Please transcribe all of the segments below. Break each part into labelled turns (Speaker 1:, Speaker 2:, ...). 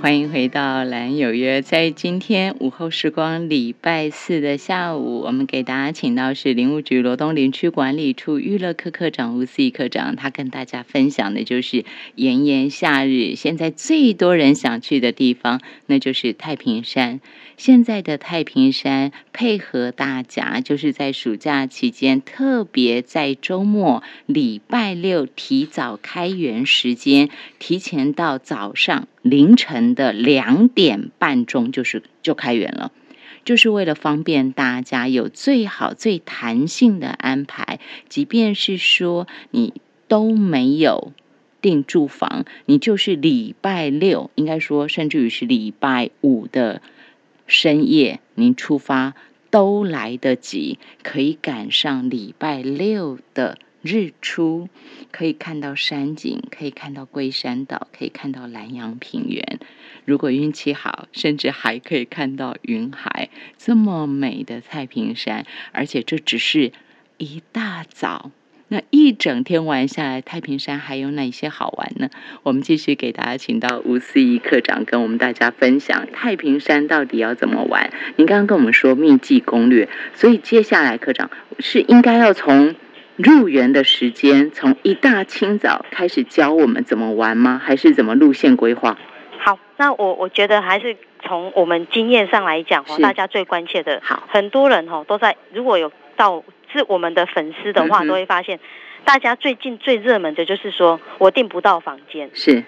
Speaker 1: 欢迎回到蓝有约，在今天午后时光，礼拜四的下午，我们给大家请到是林务局罗东林区管理处娱乐科科长吴思怡科长，他跟大家分享的就是炎炎夏日，现在最多人想去的地方，那就是太平山。现在的太平山配合大家，就是在暑假期间，特别在周末礼拜六提早开园时间，提前到早上凌晨的两点半钟，就是就开园了。就是为了方便大家有最好、最弹性的安排，即便是说你都没有订住房，你就是礼拜六，应该说甚至于是礼拜五的深夜您出发都来得及，可以赶上礼拜六的日出，可以看到山景，可以看到龟山岛，可以看到南洋平原。如果运气好，甚至还可以看到云海。这么美的太平山，而且这只是一大早。那一整天玩下来，太平山还有哪些好玩呢？我们继续给大家请到吴思怡科长跟我们大家分享太平山到底要怎么玩。您刚刚跟我们说秘籍攻略，所以接下来科长是应该要从入园的时间，从一大清早开始教我们怎么玩吗？还是怎么路线规划？
Speaker 2: 好，那我我觉得还是从我们经验上来讲哦，
Speaker 1: 是
Speaker 2: 大家最关切的，
Speaker 1: 好，
Speaker 2: 很多人哦都在，如果有到是我们的粉丝的话，
Speaker 1: 嗯哼
Speaker 2: 都会发现，大家最近最热门的就是说我订不到房间。
Speaker 1: 是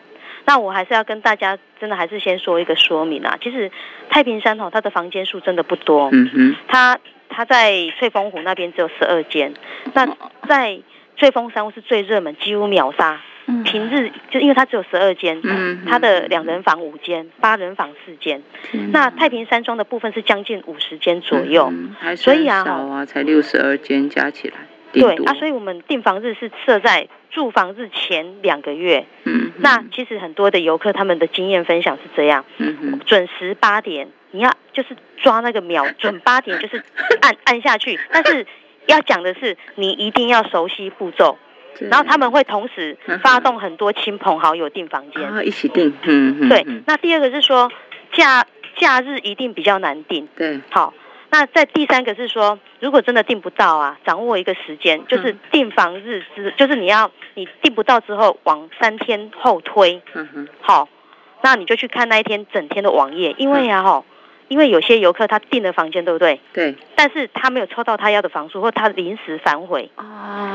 Speaker 2: 那我还是要跟大家真的还是先说一个说明啊，其实太平山哦，它的房间数真的不多，
Speaker 1: 嗯哼，
Speaker 2: 它它在翠峰湖那边只有十二间，那在翠峰山屋是最热门，几乎秒杀。
Speaker 1: 嗯
Speaker 2: 平日就因为它只有十二间，
Speaker 1: 嗯
Speaker 2: 它的两人房五间，八人房四间。
Speaker 1: 天
Speaker 2: 那
Speaker 1: 哪
Speaker 2: 太平山庄的部分是将近五十间左右，
Speaker 1: 嗯还
Speaker 2: 所以
Speaker 1: 算
Speaker 2: 啊
Speaker 1: 少啊，才六十二间加起来，
Speaker 2: 对
Speaker 1: 顶多
Speaker 2: 啊，所以我们订房日是设在住房日前两个月。
Speaker 1: 嗯哼，
Speaker 2: 那其实很多的游客他们的经验分享是这样，
Speaker 1: 嗯哼，
Speaker 2: 准时八点，你要就是抓那个秒，准八点就是按按下去，但是。要讲的是，你一定要熟悉步骤，
Speaker 1: 对
Speaker 2: 然后他们会同时
Speaker 1: 嗯哼
Speaker 2: 发动很多亲朋好友订房间。
Speaker 1: 啊一起定，嗯哼，
Speaker 2: 对
Speaker 1: 嗯，
Speaker 2: 那第二个是说假假日一定比较难定。
Speaker 1: 对，
Speaker 2: 好，那在第三个是说，如果真的订不到啊，掌握一个时
Speaker 1: 嗯
Speaker 2: 间，就是订房日之，就是你要你订不到之后往三天后推。
Speaker 1: 嗯哼，
Speaker 2: 好，那你就去看那一天整天的网页，因为
Speaker 1: 嗯
Speaker 2: 啊吼，因为有些游客他订了房间，对不对？
Speaker 1: 对，
Speaker 2: 但是他没有抽到他要的房数，或他临时反悔，
Speaker 1: 哦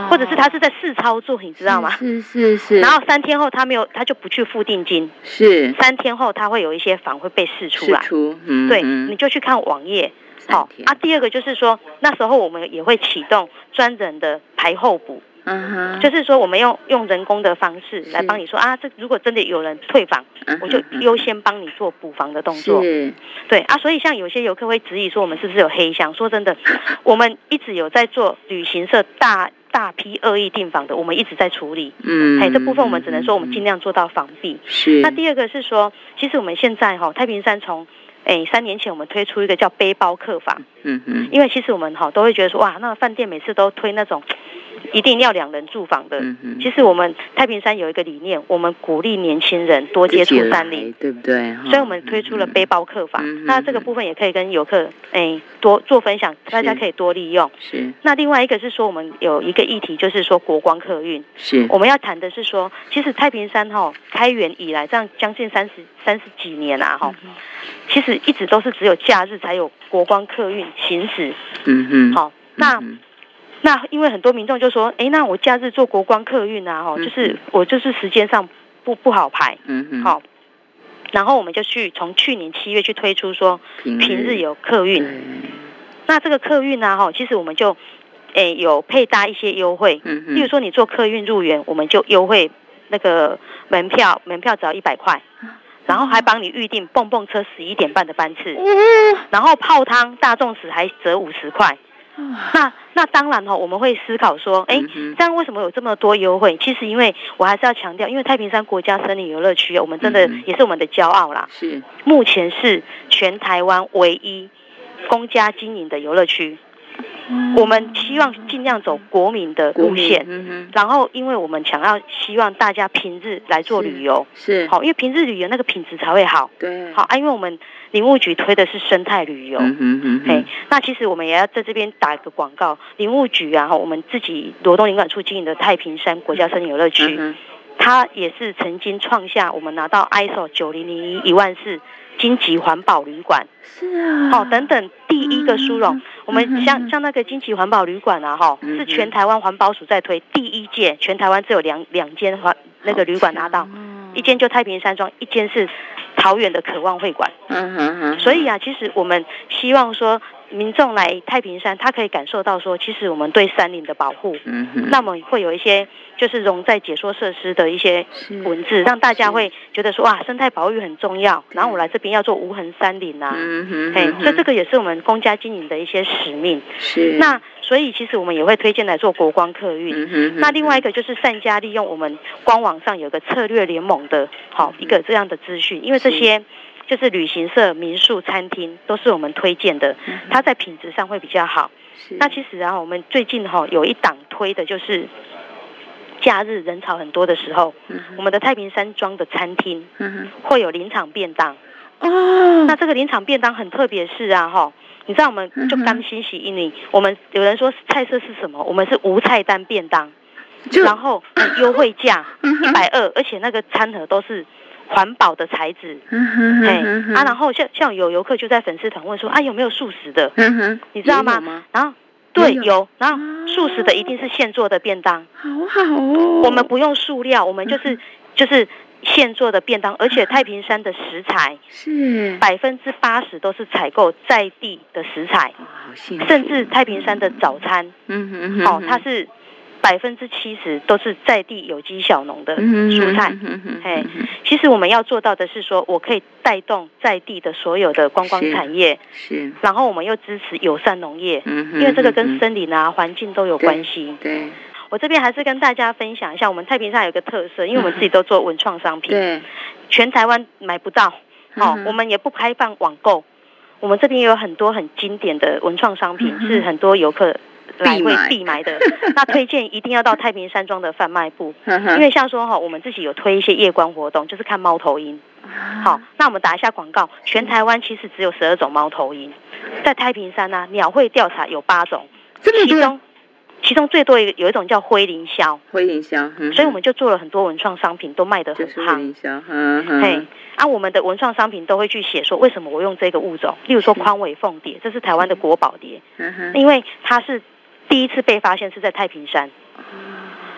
Speaker 2: 或者是他是在试操作，你知道吗？
Speaker 1: 是是嗯是，
Speaker 2: 然后三天后他没有，他就不去付定金。
Speaker 1: 是
Speaker 2: 三天后它会有一些房会被试出
Speaker 1: 是
Speaker 2: 来，
Speaker 1: 出，嗯，
Speaker 2: 对，
Speaker 1: 嗯
Speaker 2: 你就去看网页。好
Speaker 1: 三天
Speaker 2: 啊，第二个就是说，那时候我们也会启动专人的排后补，
Speaker 1: 嗯哼，
Speaker 2: 就是说我们用用人工的方式来
Speaker 1: 是
Speaker 2: 帮你说啊，这如果真的有人退房，
Speaker 1: 嗯哼
Speaker 2: 我就优先帮你做补房的动作。
Speaker 1: 是
Speaker 2: 对啊，所以像有些游客会质疑说我们是不是有黑箱？说真 的，我们一直有在做旅行社大大批恶意订房的，我们一直在处理。
Speaker 1: 嗯，
Speaker 2: 哎，这部分我们只能说我们尽
Speaker 1: 量
Speaker 2: 量做到防避。
Speaker 1: 是
Speaker 2: 那第二个是说，其实我们现在哈、太平山从诶三年前我们推出一个叫背包客法，
Speaker 1: 嗯哼，
Speaker 2: 因为其实我们哈、都会觉得说哇，那饭店每次都推那种一定要两人住房的。
Speaker 1: 嗯哼，
Speaker 2: 其实我们太平山有一个理念，我们鼓励年轻人多接
Speaker 1: 自己
Speaker 2: 触
Speaker 1: 来
Speaker 2: 山林，，
Speaker 1: 对不对？嗯哈
Speaker 2: 所以我们推出了背，包客法。
Speaker 1: 嗯嗯嗯
Speaker 2: 那这个部分也可以跟游客诶多做分享，大家可以多利用
Speaker 1: 嗯。是
Speaker 2: 那另外一个是说，我们有一个议题就是说国光客运，
Speaker 1: 是，
Speaker 2: 我们要谈的是说，其实太平山哈、开园以来，这样将近三十三十几年啊
Speaker 1: 嗯
Speaker 2: 哈、其实一直都是只有假日才有国光客运行驶。
Speaker 1: 嗯哼，
Speaker 2: 好、那、
Speaker 1: 嗯
Speaker 2: 那因为很多民众就说，诶，那我假日坐国光客运啊哈、
Speaker 1: 嗯
Speaker 2: 就是我就是时间上不不好排，
Speaker 1: 嗯哼，
Speaker 2: 好、然后我们就去从去年七月去推出说
Speaker 1: 平
Speaker 2: 平日有客
Speaker 1: 嗯对
Speaker 2: 运，那这个客运呢、啊、哈，其实我们就诶有配搭一些优惠，
Speaker 1: 嗯哼，
Speaker 2: 例如说你坐客运入园，我们就优惠那个门票，门票只要一百块，然后还帮你预定蹦蹦车十一点半的班次，
Speaker 1: 嗯
Speaker 2: 然后泡汤大众史还折五十块。那那当然哦，我们会思考说，哎
Speaker 1: 嗯，哼
Speaker 2: 这样为什么有这么多优惠？其实因为我还是要强调，因为太平山国家森林游乐区，哦我们真的
Speaker 1: 嗯
Speaker 2: 也是我们的骄傲啦。
Speaker 1: 是
Speaker 2: 目前是全台湾唯一公家经营的游乐区，
Speaker 1: 嗯
Speaker 2: 我们希望尽量走国民的
Speaker 1: 国
Speaker 2: 路
Speaker 1: 民
Speaker 2: 线，
Speaker 1: 嗯哼，
Speaker 2: 然后因为我们想要希望大家平日来做
Speaker 1: 是
Speaker 2: 旅游，
Speaker 1: 是，
Speaker 2: 好，因为平日旅游那个品质才会好。
Speaker 1: 对，
Speaker 2: 好，啊，因为我们林务局推的是生态旅游。
Speaker 1: 嗯哼嗯
Speaker 2: 嘿
Speaker 1: 哼，，
Speaker 2: 那其实我们也要在这边打一个广告，林务局啊，吼我们自己罗东林管处经营的太平山国家森林游乐区，
Speaker 1: 嗯哼，
Speaker 2: 它也是曾经创下我们拿到 ISO 九零零一一万四金级环保旅馆，
Speaker 1: 是啊，
Speaker 2: 好、哦等等第一个殊荣。我们像像那个金旗环保旅馆啊，哈，
Speaker 1: 嗯
Speaker 2: 是全台湾环保署在推第一届，全台湾只有两两间环那个旅馆拿
Speaker 1: 嗯
Speaker 2: 到，，
Speaker 1: 啊
Speaker 2: 一间就太平山庄，一间是桃园的渴望会馆。
Speaker 1: 嗯哼哼，
Speaker 2: 所以啊，其实我们希望说，民众来太平山，他可以感受到说，其实我们对山林的保护，
Speaker 1: 嗯哼，
Speaker 2: 那么会有一些就是融在解说设施的一些
Speaker 1: 嗯是
Speaker 2: 文字，让大家会觉得说，哇，生态保育很重要。然后我来这边要做无痕山林啊。
Speaker 1: 嗯哼，
Speaker 2: 嘿，所以
Speaker 1: 个
Speaker 2: 这个也是我们公家经营的一些使命。
Speaker 1: 是
Speaker 2: 那所以其实我们也会推荐来做国光客运。
Speaker 1: 嗯哼，
Speaker 2: 那另外一个就是善加利用我们官网上有个策略联盟的，好
Speaker 1: 嗯
Speaker 2: 一个这样的资讯，因为这些就是旅行社、民宿、餐厅都是我们推荐的，
Speaker 1: 嗯
Speaker 2: 它在品质上会比较好。那其实啊，我们最近哈、有一档推的就是假日人潮很多的时候，我们的太平山庄的餐厅
Speaker 1: 嗯
Speaker 2: 会有临场便当。
Speaker 1: 哼哦，
Speaker 2: 那这个临场便当很特别是啊哈，你知道我们就
Speaker 1: 嗯哼
Speaker 2: 刚欣喜印尼，我们有人说菜色是什么？我们是无菜单便当。
Speaker 1: 就
Speaker 2: 然后很优惠价
Speaker 1: 嗯哼
Speaker 2: 一百二，而且那个餐盒都是环保的材质。
Speaker 1: 嗯哼
Speaker 2: 哎
Speaker 1: 嗯哼，
Speaker 2: 啊，然后像像有游客就在粉丝团问说啊有没有素食的？
Speaker 1: 嗯哼，
Speaker 2: 你知道
Speaker 1: 也有
Speaker 2: 吗？
Speaker 1: 吗？
Speaker 2: 然后对
Speaker 1: 有啊
Speaker 2: 有，然后素食的一定是现做的便当，
Speaker 1: 好好哦，嗯
Speaker 2: 我们不用塑料，我们就是就是现做的便当，而且太平山的食材
Speaker 1: 是，
Speaker 2: 百分之八十都是采购在地的食材，
Speaker 1: 哦好幸福，
Speaker 2: 甚至太平山的早餐
Speaker 1: 嗯哼嗯
Speaker 2: 哦，它
Speaker 1: 哼
Speaker 2: 是百分之七十都是在地有机小农的
Speaker 1: 嗯哼
Speaker 2: 蔬菜。
Speaker 1: 嗯哼
Speaker 2: 哎，其实我们要做到的是说，我可以带动在地的所有的观光
Speaker 1: 是
Speaker 2: 产业，
Speaker 1: 是，
Speaker 2: 然后我们又支持友善农业，
Speaker 1: 嗯哼，
Speaker 2: 因为这个跟
Speaker 1: 嗯
Speaker 2: 森林啊、环境都有关系
Speaker 1: 哼。对
Speaker 2: 我这边还是跟大家分享一下，我们太平山有个特色，因为我们自己都做文创商品，
Speaker 1: 对，
Speaker 2: 全台湾买不到，哦
Speaker 1: 嗯，
Speaker 2: 我们也不开放网购。我们这边也有很多很经典的文创商品，是很多游客
Speaker 1: 嗯
Speaker 2: 来
Speaker 1: 必
Speaker 2: 会
Speaker 1: 买
Speaker 2: 必 买的。那推荐一定要到太平山庄的贩卖部，
Speaker 1: 哼
Speaker 2: 因
Speaker 1: 哼
Speaker 2: 为像说哈，我们自己有推一些夜观活动，就是看猫头
Speaker 1: 嗯
Speaker 2: 鹰。
Speaker 1: 啊
Speaker 2: 好，那我们打一下广告。全台湾其实只有十二种猫头鹰，在太平山呢、鸟会调查有八种，
Speaker 1: 这么
Speaker 2: 其
Speaker 1: 多
Speaker 2: 中其中最多一个有一种叫灰林鸮，
Speaker 1: 回营销，嗯
Speaker 2: 所以我
Speaker 1: 哼
Speaker 2: 们就做了很多文创商品，都卖得很
Speaker 1: 就是回
Speaker 2: 夯。
Speaker 1: 营销，嗯哼，
Speaker 2: 嘿，啊，我们的文创商品都会去写说为什么我用这个物种，例如说宽尾凤蝶，这是台湾的国宝蝶，
Speaker 1: 嗯哼，
Speaker 2: 因为它是第一次被发现是在太平山。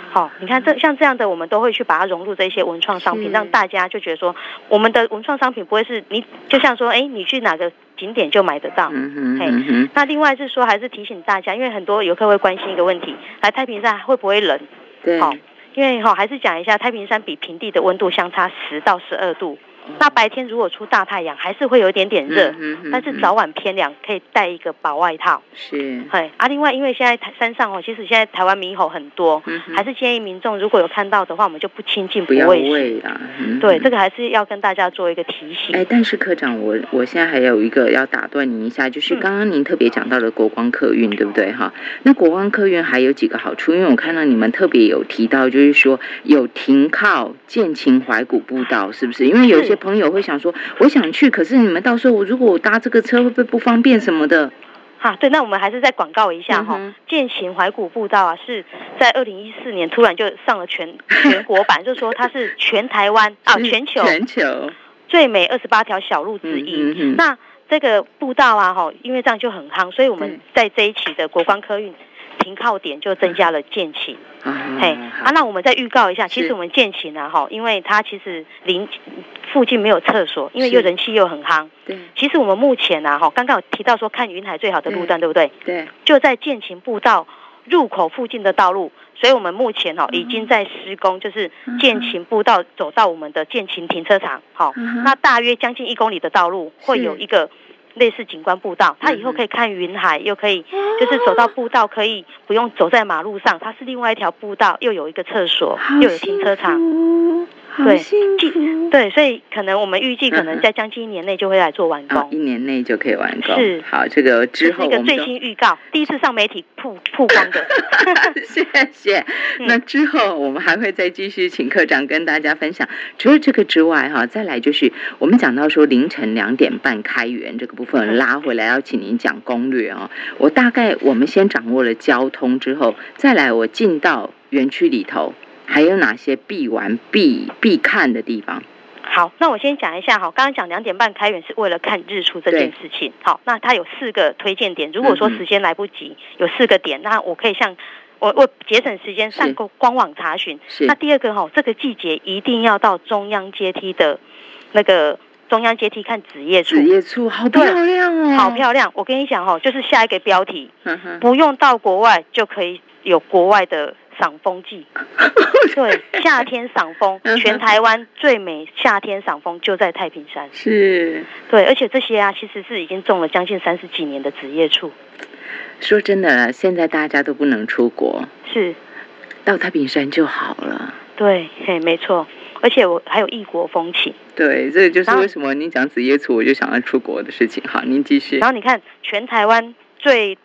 Speaker 2: 好、你看这像这样的，我们都会去把它融入这一些文创商
Speaker 1: 嗯是
Speaker 2: 品，让大家就觉得说，我们的文创商品不会是你就像说，哎，你去哪个景点就买得到。
Speaker 1: 嗯哼，
Speaker 2: 嘿
Speaker 1: 嗯哼，
Speaker 2: 那另外是说，还是提醒大家，因为很多游客会关心一个问题，来太平山会不会冷？
Speaker 1: 对，
Speaker 2: 好因为哈、还是讲一下，太平山比平地的温度相差十到十二度。那白天如果出大太阳，还是会有一点点热，
Speaker 1: 嗯哼
Speaker 2: 但
Speaker 1: 嗯
Speaker 2: 是
Speaker 1: 哼
Speaker 2: 早晚偏凉，可以带一个薄外套。
Speaker 1: 是，嗯
Speaker 2: 嘿，啊，另外因为现在台山上哦，其实现在台湾猕猴很多，
Speaker 1: 嗯哼
Speaker 2: 还是建议民众如果有看到的话，我们就不亲近
Speaker 1: 不要
Speaker 2: 喂食。
Speaker 1: 喂啦，嗯
Speaker 2: 对，
Speaker 1: 哼
Speaker 2: 这个还是要跟大家做一个提
Speaker 1: 哎
Speaker 2: 醒。，
Speaker 1: 但是科长，我我现在还有一个要打断您一下，就是
Speaker 2: 嗯
Speaker 1: 刚刚您特别讲到了国光客运，对不对哈？那国光客运还有几个好处，因为我看到你们特别有提到，就是说有停靠建琴怀古步道，是不是？因为有
Speaker 2: 是
Speaker 1: 些朋友会想说，我想去，可是你们到时候我如果我搭这个车会不会不方便什么的？
Speaker 2: 哈、对，那我们还是再广告一下哈、
Speaker 1: 嗯哼
Speaker 2: 践行怀古步道啊，是在二零一四年突然就上 了全全国版，就说它是全台湾啊
Speaker 1: 是
Speaker 2: 全球
Speaker 1: 嗯全球
Speaker 2: 最美二十八条小路之一。
Speaker 1: 嗯嗯嗯
Speaker 2: 那这个步道啊，哈，因为这样就很夯，所以我们在这一期的国光科运停靠点就增加了践行。
Speaker 1: 啊
Speaker 2: 嘿，啊，
Speaker 1: 好
Speaker 2: 那我们再预告一下，其
Speaker 1: 是
Speaker 2: 实我们建琴啊，哈，因为它其实邻附近没有厕所，因为
Speaker 1: 是
Speaker 2: 又人气又很夯。
Speaker 1: 对
Speaker 2: 其实我们目前啊，哈，刚刚有提到说看云海最好的路
Speaker 1: 嗯
Speaker 2: 段，对不对？
Speaker 1: 对，啊
Speaker 2: 就在建琴步道入口附近的道路，所以我们目前哈、已
Speaker 1: 嗯
Speaker 2: 经在施工，就是建琴步道走到我们的建琴停车场，好、
Speaker 1: 嗯哼
Speaker 2: 那大约将近一公里的道路会
Speaker 1: 是
Speaker 2: 有一个。类似景观步道，它以后
Speaker 1: 嗯哼
Speaker 2: 可以看云海，又可以就是走到步道，可以不用走在马路上，它是另外一条步道，又有一个厕所，
Speaker 1: 好
Speaker 2: 又有停车场，
Speaker 1: 幸福
Speaker 3: 好
Speaker 2: 对
Speaker 3: 幸福，
Speaker 2: 对，所以可能我们预计可
Speaker 1: 嗯嗯
Speaker 2: 能在将近一年内就会来做完
Speaker 1: 哦，一
Speaker 2: 工，
Speaker 1: 年内就可以完工。
Speaker 2: 是
Speaker 1: 好，这个
Speaker 2: 这
Speaker 1: 之
Speaker 2: 是
Speaker 1: 后
Speaker 2: 一
Speaker 1: 我
Speaker 2: 个
Speaker 1: 们
Speaker 2: 最
Speaker 1: 都。
Speaker 2: 新预告，第一次上媒体曝曝光的。
Speaker 1: 谢谢。
Speaker 2: 嗯
Speaker 1: 那之后我们还会再继续请科长跟大家分享。除了这个之外，哈，再来就是我们讲到说凌晨两点半开园这个部分
Speaker 2: 嗯
Speaker 1: 拉回来，要请您讲攻略哦。我大概我们先掌握了交通之后，再来我进到园区里头，还有哪些必玩、必必看的地方？
Speaker 2: 好，那我先讲一下哈，刚刚讲两点半开园是为了看日出这件事情。好，那它有四个推荐点，如果说
Speaker 1: 嗯嗯
Speaker 2: 时间来不及，有四个点，那我可以向我我节省时间
Speaker 1: 是
Speaker 2: 上官官网查询。
Speaker 1: 是
Speaker 2: 那第二个哈，这个季节一定要到中央阶梯的那个中央阶梯看紫叶
Speaker 1: 紫
Speaker 2: 树，
Speaker 1: 叶醋，好漂亮哦，
Speaker 2: 好漂亮。我跟你讲哈，就是下一个标题，
Speaker 1: 呵呵。
Speaker 2: 不用到国外就可以有国外的赏枫季。 对，夏天赏枫
Speaker 1: 嗯，哼
Speaker 2: 全台湾最美夏天赏枫就在太平山。
Speaker 1: 是。
Speaker 2: 对，而且这些啊，其实是已经种了将近三十几年的紫叶树。
Speaker 1: 说真的，啊现在大家都不能出国，
Speaker 2: 是，
Speaker 1: 到太平山就好了。
Speaker 2: 对，嘿，没错。而且我还有异国风情。
Speaker 1: 对，这就是
Speaker 2: 然后
Speaker 1: 为什么您讲紫叶醋，我就想要出国的事情。好，您继续
Speaker 2: 然。后你看，全台湾最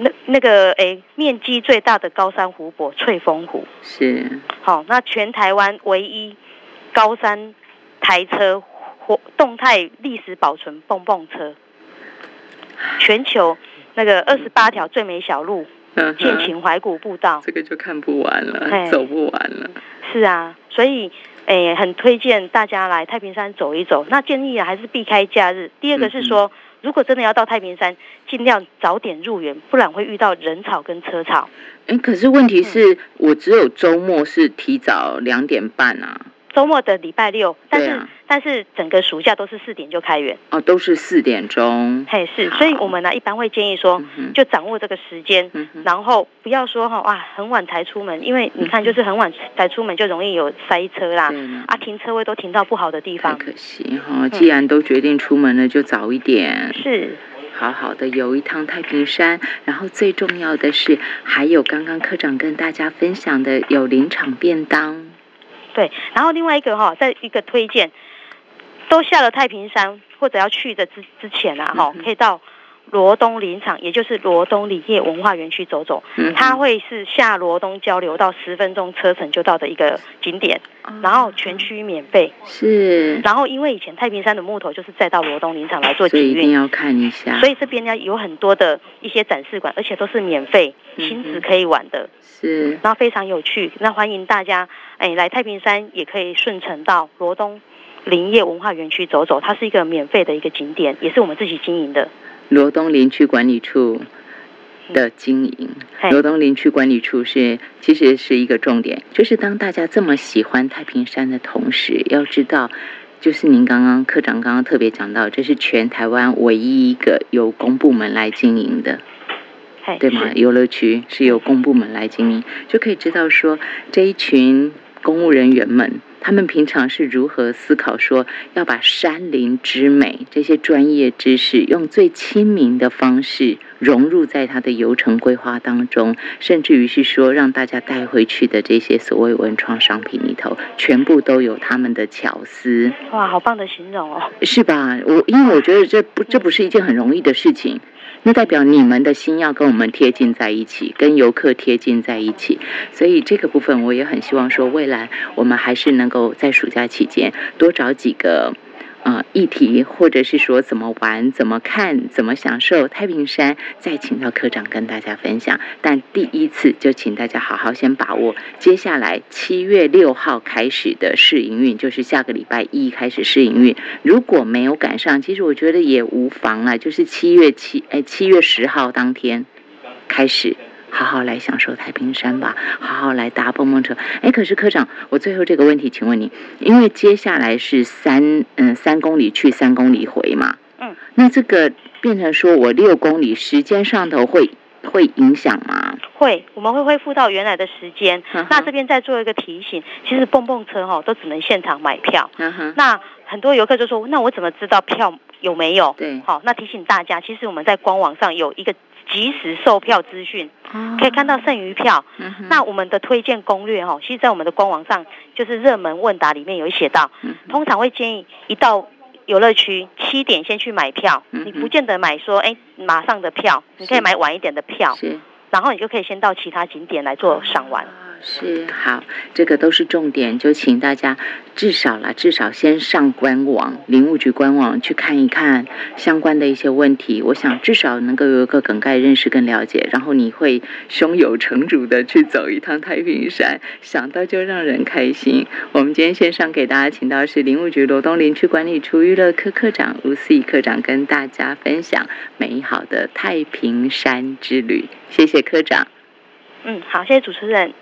Speaker 2: 那那个诶，面积最大的高山湖泊翠峰湖，
Speaker 1: 是，
Speaker 2: 好，那全台湾唯一高山台车活动态历史保存蹦蹦车，全球那个二十八条最美小路，
Speaker 1: 嗯
Speaker 2: 剑
Speaker 1: 哼，
Speaker 2: 琴怀古步道，
Speaker 1: 这个就看不完了，
Speaker 2: 哎
Speaker 1: 走不完了。
Speaker 2: 是啊，所以诶、很推荐大家来太平山走一走。那建议啊，还是避开假日。第二个是
Speaker 1: 嗯
Speaker 2: 说，如果真的要到太平山，尽量早点入园，不然会遇到人潮跟车潮。
Speaker 1: 哎，可是问题是、我只有周末是提早两点半啊，
Speaker 2: 周末的礼拜六，但
Speaker 1: 对
Speaker 2: 是、
Speaker 1: 啊，
Speaker 2: 但是整个暑假都是四点就开园，
Speaker 1: 哦，都是四点钟。
Speaker 2: 嘿是，所以我们呢一般会建议说
Speaker 1: 嗯，哼，
Speaker 2: 就掌握这个时间，
Speaker 1: 嗯哼，
Speaker 2: 然后不要说哈哇很晚才出门，因为你看就是很晚才出门就容易有塞车啦，
Speaker 1: 对了。
Speaker 2: 啊停车位都停到不好的地
Speaker 1: 太
Speaker 2: 方，
Speaker 1: 可惜哈、既然都决定出门了，就早一点。
Speaker 2: 是
Speaker 1: 好好的游一趟太平山，然后最重要的是，还有刚刚科长跟大家分享的有林场便当，
Speaker 2: 对，然后另外一个哈，在一个推荐，都下了太平山或者要去的之之前啊，哈
Speaker 1: 嗯哼，
Speaker 2: 可以到罗东林场，也就是罗东里业文化园区走走，
Speaker 1: 嗯哼，
Speaker 2: 它会是下罗东交流到十分钟车程就到的一个景点，
Speaker 1: 嗯
Speaker 2: 然后全区免费，
Speaker 1: 哦是，
Speaker 2: 然后因为以前太平山的木头就是再到罗东林场来做
Speaker 1: 所以
Speaker 2: 集
Speaker 1: 一定
Speaker 2: 运。
Speaker 1: 要看一下，
Speaker 2: 所以这边呢有很多的一些展示馆，而且都是免费、亲
Speaker 1: 嗯哼
Speaker 2: 子可以玩的。
Speaker 1: 是
Speaker 2: 然后非常有趣。那欢迎大家，哎，来太平山也可以顺程到罗东林业文化园区走走，它是一个免费的一个景点，也是我们自己经营的。
Speaker 1: 罗东林区管理处的经营。
Speaker 2: 嗯嘿，
Speaker 1: 罗东林区管理处是其实是一个重点，就是当大家这么喜欢太平山的同时，要知道。就是您刚刚科长刚刚特别讲到，这是全台湾唯一一个由公部门来经营的，
Speaker 2: 嘿，
Speaker 1: 对吗？游乐区是由公部门来经营，就可以知道说这一群公务人员们，他们平常是如何思考说要把山林之美这些专业知识，用最亲民的方式融入在他的游程规划当中，甚至于是说让大家带回去的这些所谓文创商品里头，全部都有他们的巧思。
Speaker 2: 是？哇，好棒的形容哦！
Speaker 1: 是吧？我因为我觉得这不这不是一件很容易的事情，那代表你们的心要跟我们贴近在一起，跟游客贴近在一起，所以这个部分我也很希望说，未来我们还是能够在暑假期间多找几个。呃，议题或者是说怎么玩、怎么看、怎么享受太平山，再请到科长跟大家分享。但第一次就请大家好好先把握，接下来七月六号开始的试营运，就是下个礼拜一开始试营运，如果没有赶上，其实我觉得也无妨啦，就是七月七哎七月十号当天开始。好好来享受太平山吧，好好来搭蹦蹦车。哎，可是科长，我最后这个问题，请问你，因为接下来是三嗯三公里去三公里回嘛，
Speaker 2: 嗯，
Speaker 1: 那这个变成说我六公里时间上头会会影响吗？
Speaker 2: 会，我们会恢复到原来的时
Speaker 1: 嗯
Speaker 2: 间。那这边再做一个提醒，其实蹦蹦车哦，都只能现场买票。
Speaker 1: 嗯哼，
Speaker 2: 那很多游客就说，那我怎么知道票有没有？
Speaker 1: 对
Speaker 2: 好，那提醒大家，其实我们在官网上有一个即时售票资讯，可以看到剩余票。
Speaker 1: 嗯哼，
Speaker 2: 那我们的推荐攻略哦，其实在我们的官网上，就是热门问答里面有写到，
Speaker 1: 嗯
Speaker 2: 通常会建议一到游乐区七点先去买票，
Speaker 1: 嗯嗯
Speaker 2: 你不见得买说哎马上的票，你可以
Speaker 1: 是
Speaker 2: 买晚一点的票，
Speaker 1: 是
Speaker 2: 然后你就可以先到其他景点来做赏玩。
Speaker 1: 是好，这个都是重点，就请大家至少啦，至少先上官网林务局官网去看一看相关的一些问题。我想至少能够有一个梗概认识跟了解，然后你会胸有成竹的去走一趟太平山，想到就让人开心。我们今天线上给大家请到是林务局罗东林区管理处娱乐科科长吴思怡科长跟大家分享美好的太平山之旅，谢谢科长。
Speaker 2: 嗯，好，谢谢主持人，